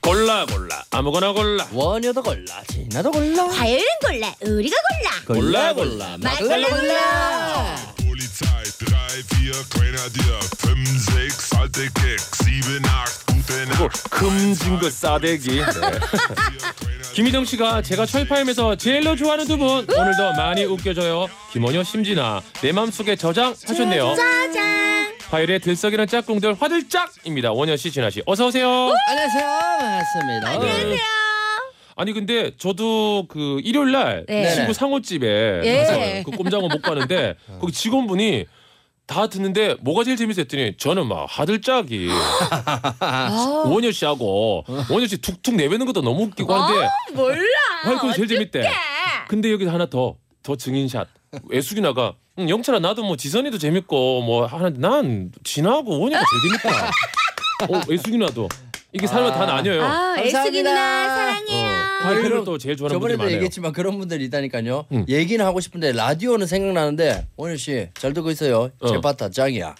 골라 골라 아무거나 골라 원효도 골라 진아도 골라 과일은 골라 우리가 골라 골라 골라 막 골라 골라 Polizei, 3, 4, Grenadier, 5, 6, alte Keck, 7, 8, gute 뭐, Nacht. 금진거 싸대기 네. 김희정 씨가 제가 철파임에서 제일로 좋아하는 두 분 오늘도 많이 웃겨줘요 김원효 심진아 내 맘속에 저장 하셨네요 짜잔 화요일에 들썩이는 짝꿍들 화들짝입니다 원효 씨 진아 씨 어서 오세요 안녕하세요 반갑습니다 네. 안녕하세요. 아니 근데 저도 그 일요일 날 네. 친구 네네. 상호집에 예. 가서 그 꼼장어 못 가는데 거기 직원분이 다 듣는데 뭐가 제일 재밌어 했더니 저는 막 하들짝이 아, 원효 씨하고 원효 씨 툭툭 내뱉는 것도 너무 웃기고 아. 한데 어, 몰라 아이, 그거 제일 재밌대. 근데 여기 하나 더, 더 증인샷. 애수기나가 응, 영철아 나도 뭐 지선이도 재밌고 뭐 하는데 난 진하고 원효가 제일 재밌다. 어, 애수기나도 이게 삶은 다 나뉘어요. 아 애숙이 감사합니다. 누나 어, 사랑해요 과일을 그럼 또 제일 좋아하는 분들이 저번에도 많아요. 얘기했지만 그런 분들이 있다니까요 응. 얘기는 하고 싶은데 라디오는 생각나는데 원효 씨잘 듣고 있어요 어. 제파타 짱이야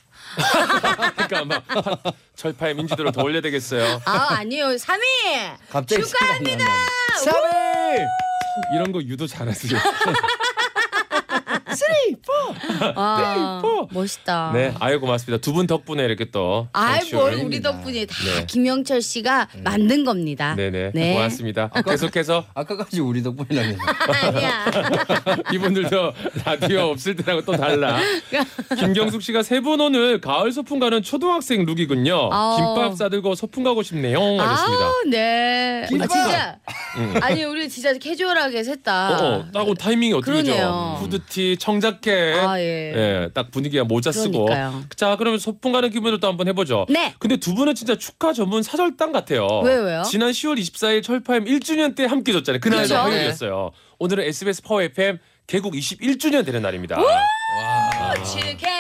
그러니까 막 파- 철파의 민지도를 더 올려야 되겠어요. 아 아니요 삼일 갑자기 축하합니다. 샤벨 이런 거 유도 잘하세요. 아, 멋있다 네, 아유 고맙습니다. 두 분 덕분에 이렇게 또. 아이 청취율. 뭘 우리 덕분이 다 김영철 씨가 만든 겁니다 네. 음. 네네 네. 고맙습니다. 계속해서 아까까지 우리 덕분이라면서 아니야 이분들도 라디오 없을 때하고 또 달라. 김경숙 씨가 세 분 오늘 가을 소풍 가는 초등학생 룩이군요. 아우. 김밥 싸들고 소풍 가고 싶네요. 하셨습니다. 어. 아, 네. 아, 김밥. 진짜. 아니, 우리 진짜 캐주얼하게 셋다. 어, 딱 오늘 타이밍이 어떻게 되죠? 그러네요. 후드티, 청자켓. 아, 예. 딱 분위기가 모자 쓰고. 그러니까요. 자, 그러면 소풍 가는 기분으로 또 한번 해보죠. 네. 근데 두 분은 진짜 축하 전문 사절단 같아요. 왜요, 왜요? 지난 10월 24일 철파엠 1주년 때 함께 줬잖아요. 그날도 그죠? 네. 화요일이었어요. 오늘은 SBS 파워 FM 개국 21주년 되는 날입니다. 아, 축하합니다.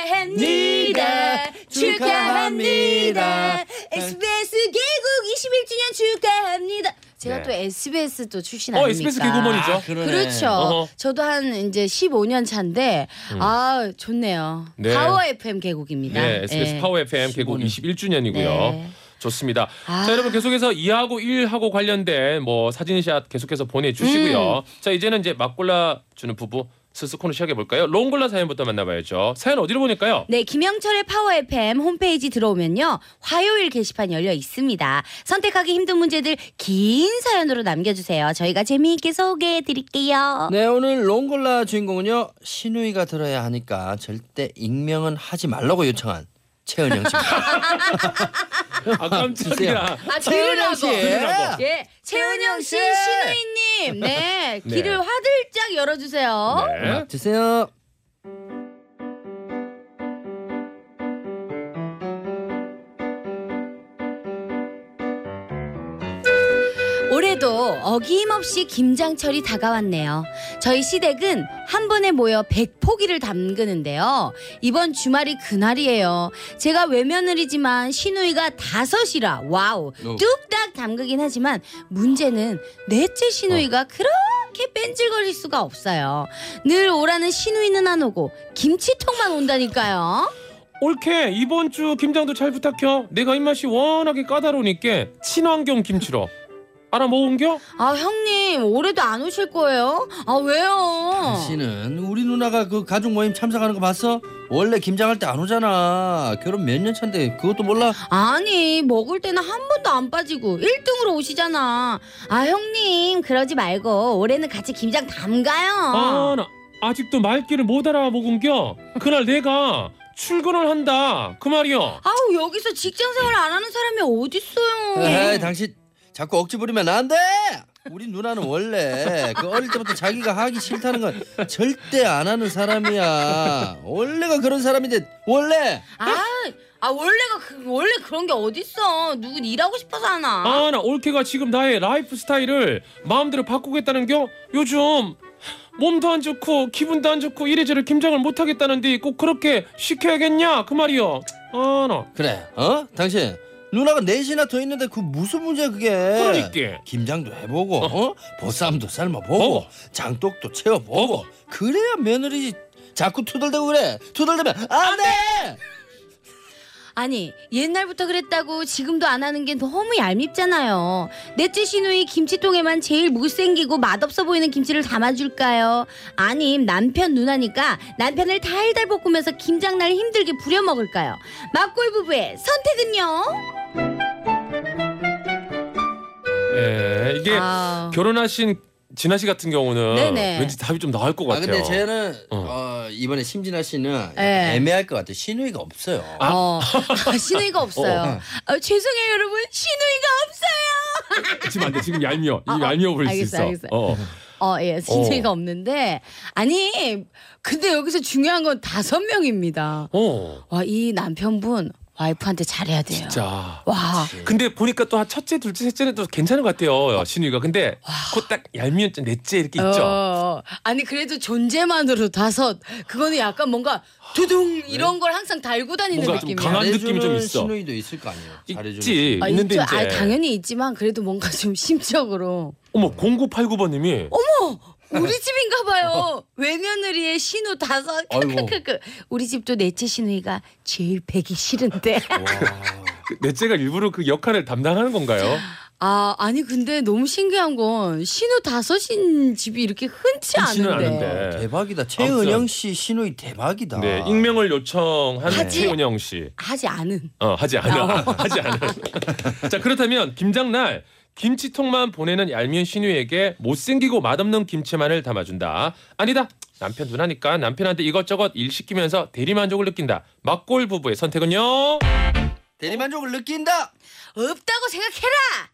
축하합니다. 축하합니다. SBS 개국 21주년 축하합니다. 제가 네. 또 SBS 또 출신 어, 아닙니까? SBS 개구먼이죠. 그러네. 그렇죠. 어허. 음. 저도 한 이제 15년 차인데 아 좋네요. 네. 파워 FM 개국입니다. 네, SBS 예. 파워 FM 개국 21주년이고요. 네. 좋습니다. 아. 자, 여러분 계속해서 2하고 1하고 관련된 뭐 사진샷 계속해서 보내주시고요. 음. 자, 이제는 이제 막골라 주는 부부 스스 코너 시작해 볼까요? 롱골라 사연부터 만나봐야죠. 사연 어디로 보낼까요? 네, 김영철의 파워 FM 홈페이지 들어오면요. 화요일 게시판 열려 있습니다. 선택하기 힘든 문제들 긴 사연으로 남겨주세요. 저희가 재미있게 소개해 드릴게요. 네 오늘 롱골라 주인공은요 신우이가 들어야 하니까 절대 익명은 하지 말라고 요청한 최은영 씨입니다. 아 깜짝이야. 주세요. 아, 최은영 들으라고. 씨. 들으라고. 예, 최은영 씨, 최은영 씨. 신우이님, 네, 네. 길을 화들짝 열어주세요. 네. 음악 주세요. 올해도 어김없이 김장철이 다가왔네요. 저희 시댁은 한 번에 모여 100포기를 담그는데요. 이번 주말이 그날이에요. 제가 외며느리지만 시누이가 다섯이라 와우 오. 뚝딱 담그긴 하지만 문제는 넷째 시누이가 그렇게 뺀질거릴 수가 없어요. 늘 오라는 시누이는 안 오고 김치통만 온다니까요. 올케 이번 주 김장도 잘 부탁해. 내가 입맛이 워낙에 까다로우니까 친환경 김치로 알아 먹은겨? 아 형님 올해도 안 오실 거예요? 아 어. 왜요? 씨는 우리 누나가 그 가족 모임 참석하는 거 봤어? 원래 김장할 때 안 오잖아. 결혼 몇 년 차인데 그것도 몰라? 아니 먹을 때는 한 번도 안 빠지고 1등으로 오시잖아 아 형님 그러지 말고 올해는 같이 김장 담가요 아나 아직도 말귀를 못 알아 먹은겨. 그날 내가 출근을 한다. 그 말이요. 아우 여기서 직장생활 안 하는 사람이 에이, 어딨어요 당신 자꾸 억지 부리면 안 돼. 우리 누나는 원래 그 어릴 때부터 자기가 하기 싫다는 건 절대 안 하는 사람이야. 원래가 그런 사람인데 원래 아, 아 원래가 그, 원래 그런 게 어딨어 누군 일하고 싶어서 하나 아 나 올케가 지금 나의 라이프 스타일을 마음대로 바꾸겠다는 겨 요즘 몸도 안 좋고 기분도 안 좋고 이래저래 김장을 못 하겠다는데 꼭 그렇게 시켜야겠냐 그 말이요 아나 그래. 어? 당신 누나가 넷이나 더 있는데 그 무슨 문제야 그게? 그러니까 김장도 해보고 어? 보쌈도 삶아보고 먹어. 장독도 채워보고 그래야 며느리 자꾸 투덜대고 그래 투덜대면 안돼 아니 옛날부터 그랬다고 지금도 안 하는 게 너무 얄밉잖아요. 넷째 시누이 김치통에만 제일 못생기고 맛없어 보이는 김치를 담아줄까요? 아님 남편 누나니까 남편을 달달 볶으면서 김장날 힘들게 부려먹을까요? 막골 부부의 선택은요? 예, 이게 아, 결혼하신 진아 씨 같은 경우는 네네. 왠지 답이 좀 나을 것 아 같아요. 근데 쟤는 어. 어, 이번에 심진아 씨는 약간 네. 애매할 것 같아요. 신우이가 없어요. 어. 시누이가 없어요. 아, 죄송해요 여러분 시누이가 없어요. 지금 안돼 지금 얄미워 이 아, 아, 얄미워 보일 알겠어, 수 있어. 알겠어. 어. 어, 예, 시누이가 없는데 아니 근데 여기서 중요한 건 다섯 명입니다. 어. 와 이 남편분 와이프한테 잘해야 돼요. 진짜. 와. 근데 보니까 또 첫째, 둘째, 셋째는 또 괜찮은 것 같아요. 신우이가. 근데 그딱 얄미운 좀 넷째 이렇게 있죠. 어, 아니 그래도 존재만으로 다섯 그거는 약간 뭔가 두둥 이런 걸 항상 달고 다니는 네. 뭔가 좀 느낌이야. 강한 잘해주는 느낌이 좀 있어. 신우이도 있을 거 아니에요. 잘해주는 있지. 아, 있는데 있죠. 이제. 아, 당연히 있지만 그래도 뭔가 좀 심적으로 어머 0989번님이 어머 우리 네. 집인가 어. 봐요 외며느리의 신우 다섯 아이고. 크크크크 우리 집도 넷째 신우이가 제일 배기 싫은데 어. 넷째가 일부러 그 역할을 담당하는 건가요? 아 아니 근데 너무 신기한 건 신우 다섯인 집이 이렇게 흔치 흔치는 않은데. 않은데 네. 대박이다. 최은영 씨 신우이 대박이다. 네, 익명을 요청한 하지. 최은영 씨. 하지 않은 어, 하지 않아. 하지 않아. 자, 그렇다면 김장날 김치통만 보내는 얄미운 신우에게 못생기고 맛없는 김치만을 담아준다. 아니다. 남편 누나니까 남편한테 이것저것 일 시키면서 대리만족을 느낀다. 막골 부부의 선택은요? 대리만족을 느낀다. 없다고 생각해라.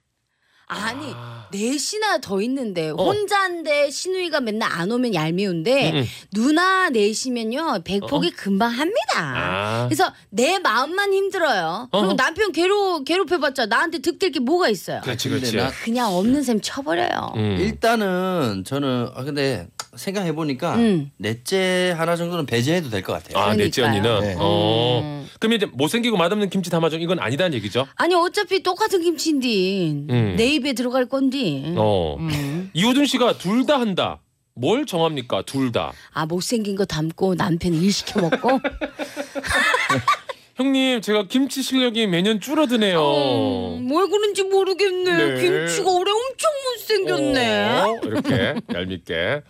아니 넷이나 더 있는데 혼자인데 신우이가 맨날 안 오면 얄미운데 어. 음, 음. 누나 넷이면요 백폭이 금방 합니다. 아. 그래서 내 마음만 힘들어요. 어허. 그리고 남편 괴로 괴롭혀봤자 나한테 득될 게 뭐가 있어요. 그렇지, 아, 근데 그렇지. 나- 그냥 없는 셈 쳐버려요. 음. 일단은 저는 아 근데 생각해 보니까 음. 넷째 하나 정도는 배제해도 될 것 같아요. 아, 넷째 그러니까요. 언니는. 네. 어. 그럼 이제 못생기고 맛없는 김치 담아준 이건 아니다는 얘기죠? 음. 아니 어차피 똑같은 김치인디 음. 내 입에 들어갈 건디. 어. 음. 이호준 씨가 둘 다 한다. 뭘 정합니까? 둘 다. 아 못생긴 거 담고 남편 일 시켜 먹고. 형님, 제가 김치 실력이 매년 줄어드네요. 음. 어, 뭘 그런지 모르겠네. 네. 김치가 올해 엄청 못생겼네. 어, 이렇게 얄밉게.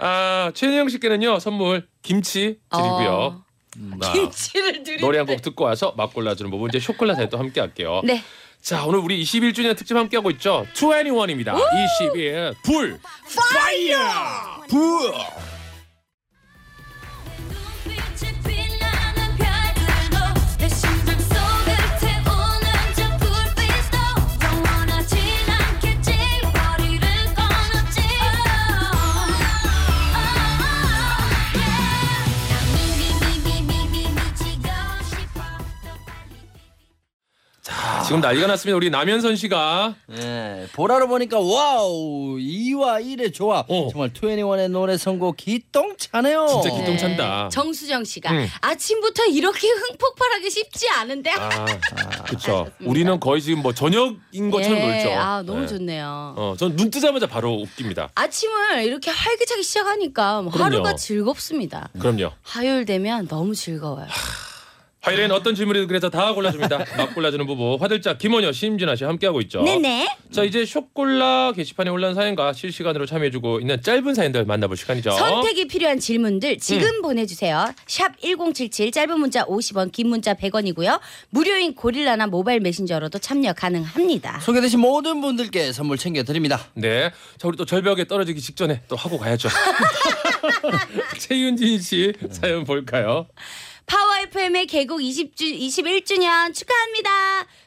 아 최은영 씨께는요 선물 김치 드리고요. 어. 아, 김치를 드릴 노래 한 때. 곡 듣고 와서 맛 골라주는 부분 이제 쇼콜라사에 또 함께 할게요. 네. 자 오늘 우리 21주년 특집 함께 하고 있죠. 21입니다. 21 불. 눈빛이 빛나는 별들로 내 심장 속을 태우는 저 불빛도 영원하진 않겠지 머리를 꺼놓지 미미미미미미 미치고 싶어 더 빨리 아, 지금 난리가 났습니다. 우리 남현선 씨가 예, 보라로 보니까 와우 2와 1의 조합 어. 정말 21의 노래 선곡 기똥차네요 예. 진짜 기똥- 찬다. 정수정 씨가 음. 아침부터 이렇게 흥폭발하기 쉽지 않은데. 아, 그렇죠. 우리는 거의 지금 뭐 저녁인 것처럼 예, 놀죠. 아 너무 네. 좋네요. 어, 전 눈 뜨자마자 바로 웃깁니다. 아침을 이렇게 활기차게 시작하니까 뭐 그럼요. 하루가 즐겁습니다. 그럼요. 화요일 되면 너무 즐거워요. 아, 화요일엔 어떤 질문이든 그래서 다 골라줍니다. 맛 골라주는 부부 화들짝 김원효, 심진아 씨 함께하고 있죠. 네네. 자 이제 쇼콜라 게시판에 올라온 사연과 실시간으로 참여해주고 있는 짧은 사연들 만나볼 시간이죠. 선택이 필요한 질문들 지금 음. 보내주세요. 샵 1077 짧은 문자 50원 긴 문자 100원이고요. 무료인 고릴라나 모바일 메신저로도 참여 가능합니다. 소개되신 모든 분들께 선물 챙겨드립니다 네, 자 우리 또 절벽에 떨어지기 직전에 또 하고 가야죠. 최윤진 씨 사연 볼까요? 파워 FM의 개국 20주, 21주년 축하합니다.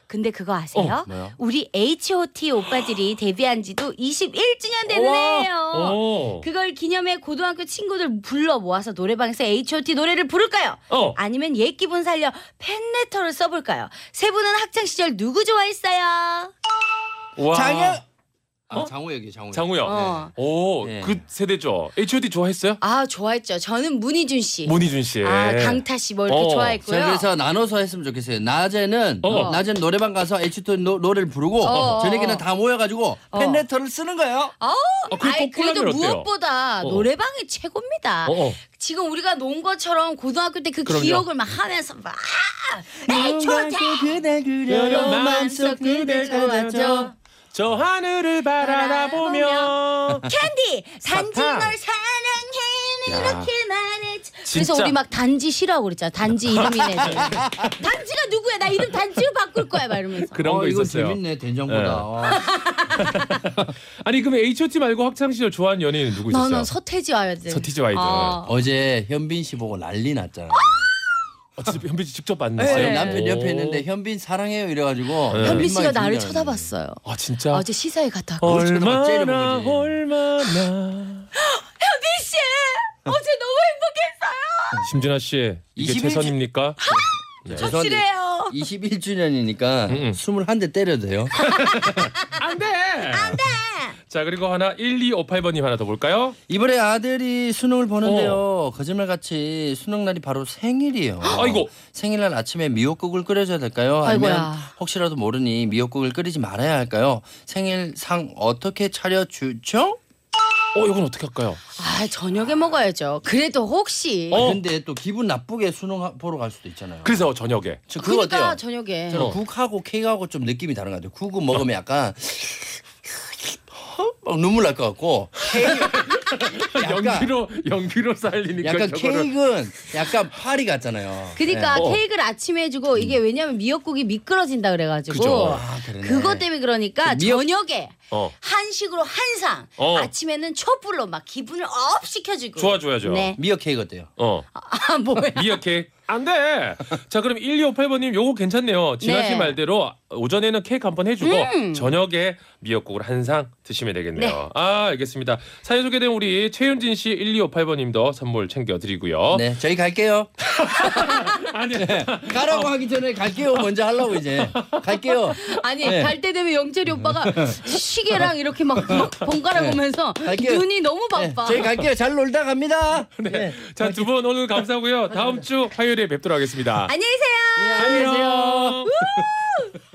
근데 그거 아세요? 어, 뭐요? 우리 H.O.T 오빠들이 데뷔한 지도 21주년 되는 해예요. 오. 그걸 기념해 고등학교 친구들 불러 모아서 노래방에서 H.O.T 노래를 부를까요? 어. 아니면 옛 기분 살려 팬레터를 써볼까요? 세 분은 학창 시절 누구 좋아했어요? 와. 장혁 아 어? 장호혁이 장호혁. 장우혁. 어. 오, 네. 그 세대죠. H.O.D 좋아했어요? 아 좋아했죠. 저는 문희준 씨, 문희준 씨. 아 강타 씨 뭐 이렇게 어. 좋아했고요. 자, 그래서 나눠서 했으면 좋겠어요. 낮에는 어. 낮에는 노래방 가서 H2 노, 노래를 부르고 어. 저녁에는 다 모여가지고 어. 팬레터를 쓰는 거예요. 아, 그 아이, 그래도 뽀뽀라면 어때요? 무엇보다 어. 노래방이 최고입니다. 어, 어. 지금 우리가 논 것처럼 고등학교 때 그 그럼요. 기억을 막 하면서 막 아, 에이 좋다. 그대 그려 마음속 그댈 안아줘. 저 하늘을 바라보며 캔디 단지 사탕. 널 사랑해 야. 이렇게 말해줘 진짜. 그래서 우리 막 단지 씨라고 그랬잖아 단지 이름이네 단지가 누구야 나 이름 단지로 바꿀 거야 막 이러면서 그런 거 이거 있었어요. 재밌네 된장보다. 네. 아, 아니 그럼 H.O.T 말고 학창 시절 좋아하는 연예인 누구 있었어요? 너는 서태지 와야 돼 서태지 와이드. 어. 어제 현빈 씨 보고 난리 났잖아. 어, 진짜 현빈 씨 직접 네. 만났어요? 남편 오. 옆에 있는데 현빈 사랑해요 이래가지고 네. 현빈 민망해 씨가 죽이더라고요. 나를 쳐다봤어요 아 진짜. 어제 시사회 갔다 왔고 그걸 쳐다봐, 얼마나 째려보는 거지. 얼마나. 현빈 씨 어제 너무 행복했어요 심진아 씨 이게 21 재선입니까? 네. 죄송한데 확실해요 21주년이니까 음, 음. 21대 때려도 돼요. 안돼. 안돼. 자 그리고 하나 1258번님 하나 더 볼까요? 이번에 아들이 수능을 보는데요. 거짓말같이 수능 날이 바로 생일이에요. 어. 아이고. 생일날 아침에 미역국을 끓여줘야 될까요? 아니면 아이고야. 혹시라도 모르니 미역국을 끓이지 말아야 할까요? 생일 상 어떻게 차려주죠? 어 이건 어떻게 할까요? 아 저녁에 먹어야죠 그래도 혹시 어. 근데 또 기분 나쁘게 수능 보러 갈 수도 있잖아요. 그래서 저녁에 저 그거 그러니까 어때요? 저녁에 저는 어. 네. 국하고 케이크하고 좀 느낌이 다른 것 같아요. 국은 먹으면 약간 막 눈물 날 것 같고 케이크 약간 연기로 연기로 살리니까 약간 그러니까 저거를 케이크는 약간 파리 같잖아요. 그러니까 네. 어. 케이크를 아침에 해주고 이게 왜냐면 미역국이 미끄러진다 그래가지고 그죠. 그러네. 그것 때문에 그러니까 미역- 저녁에 어. 한식으로 한상 어. 아침에는 촛불로 막 기분을 업 시켜주고 좋아줘야죠. 네. 미역 케이크 어때요? 어. 아 뭐야 미역케이크 안돼. 자 그럼 1258번님 요거 괜찮네요. 진아 씨 네. 말대로 오전에는 케이크 한 번 해주고 저녁에 미역국을 한 상 드시면 되겠네요. 네. 아 알겠습니다. 사연 소개된 우리 최윤진 씨 1258번님도 선물 챙겨드리고요. 네, 저희 갈게요. 어? 네, 아니 가라고 하기 전에 갈게요 먼저 하려고 이제 갈게요. 아니 네. 갈 때 되면 영철이 오빠가 시계랑 이렇게 막 번갈아 보면서 갈게요. 눈이 너무 네, 바빠 저희 갈게요. 잘 놀다 갑니다. 네. 자 두 분 오늘 감사하고요. 다음 주 화요일에 뵙도록 하겠습니다. 안녕히 계세요 안녕.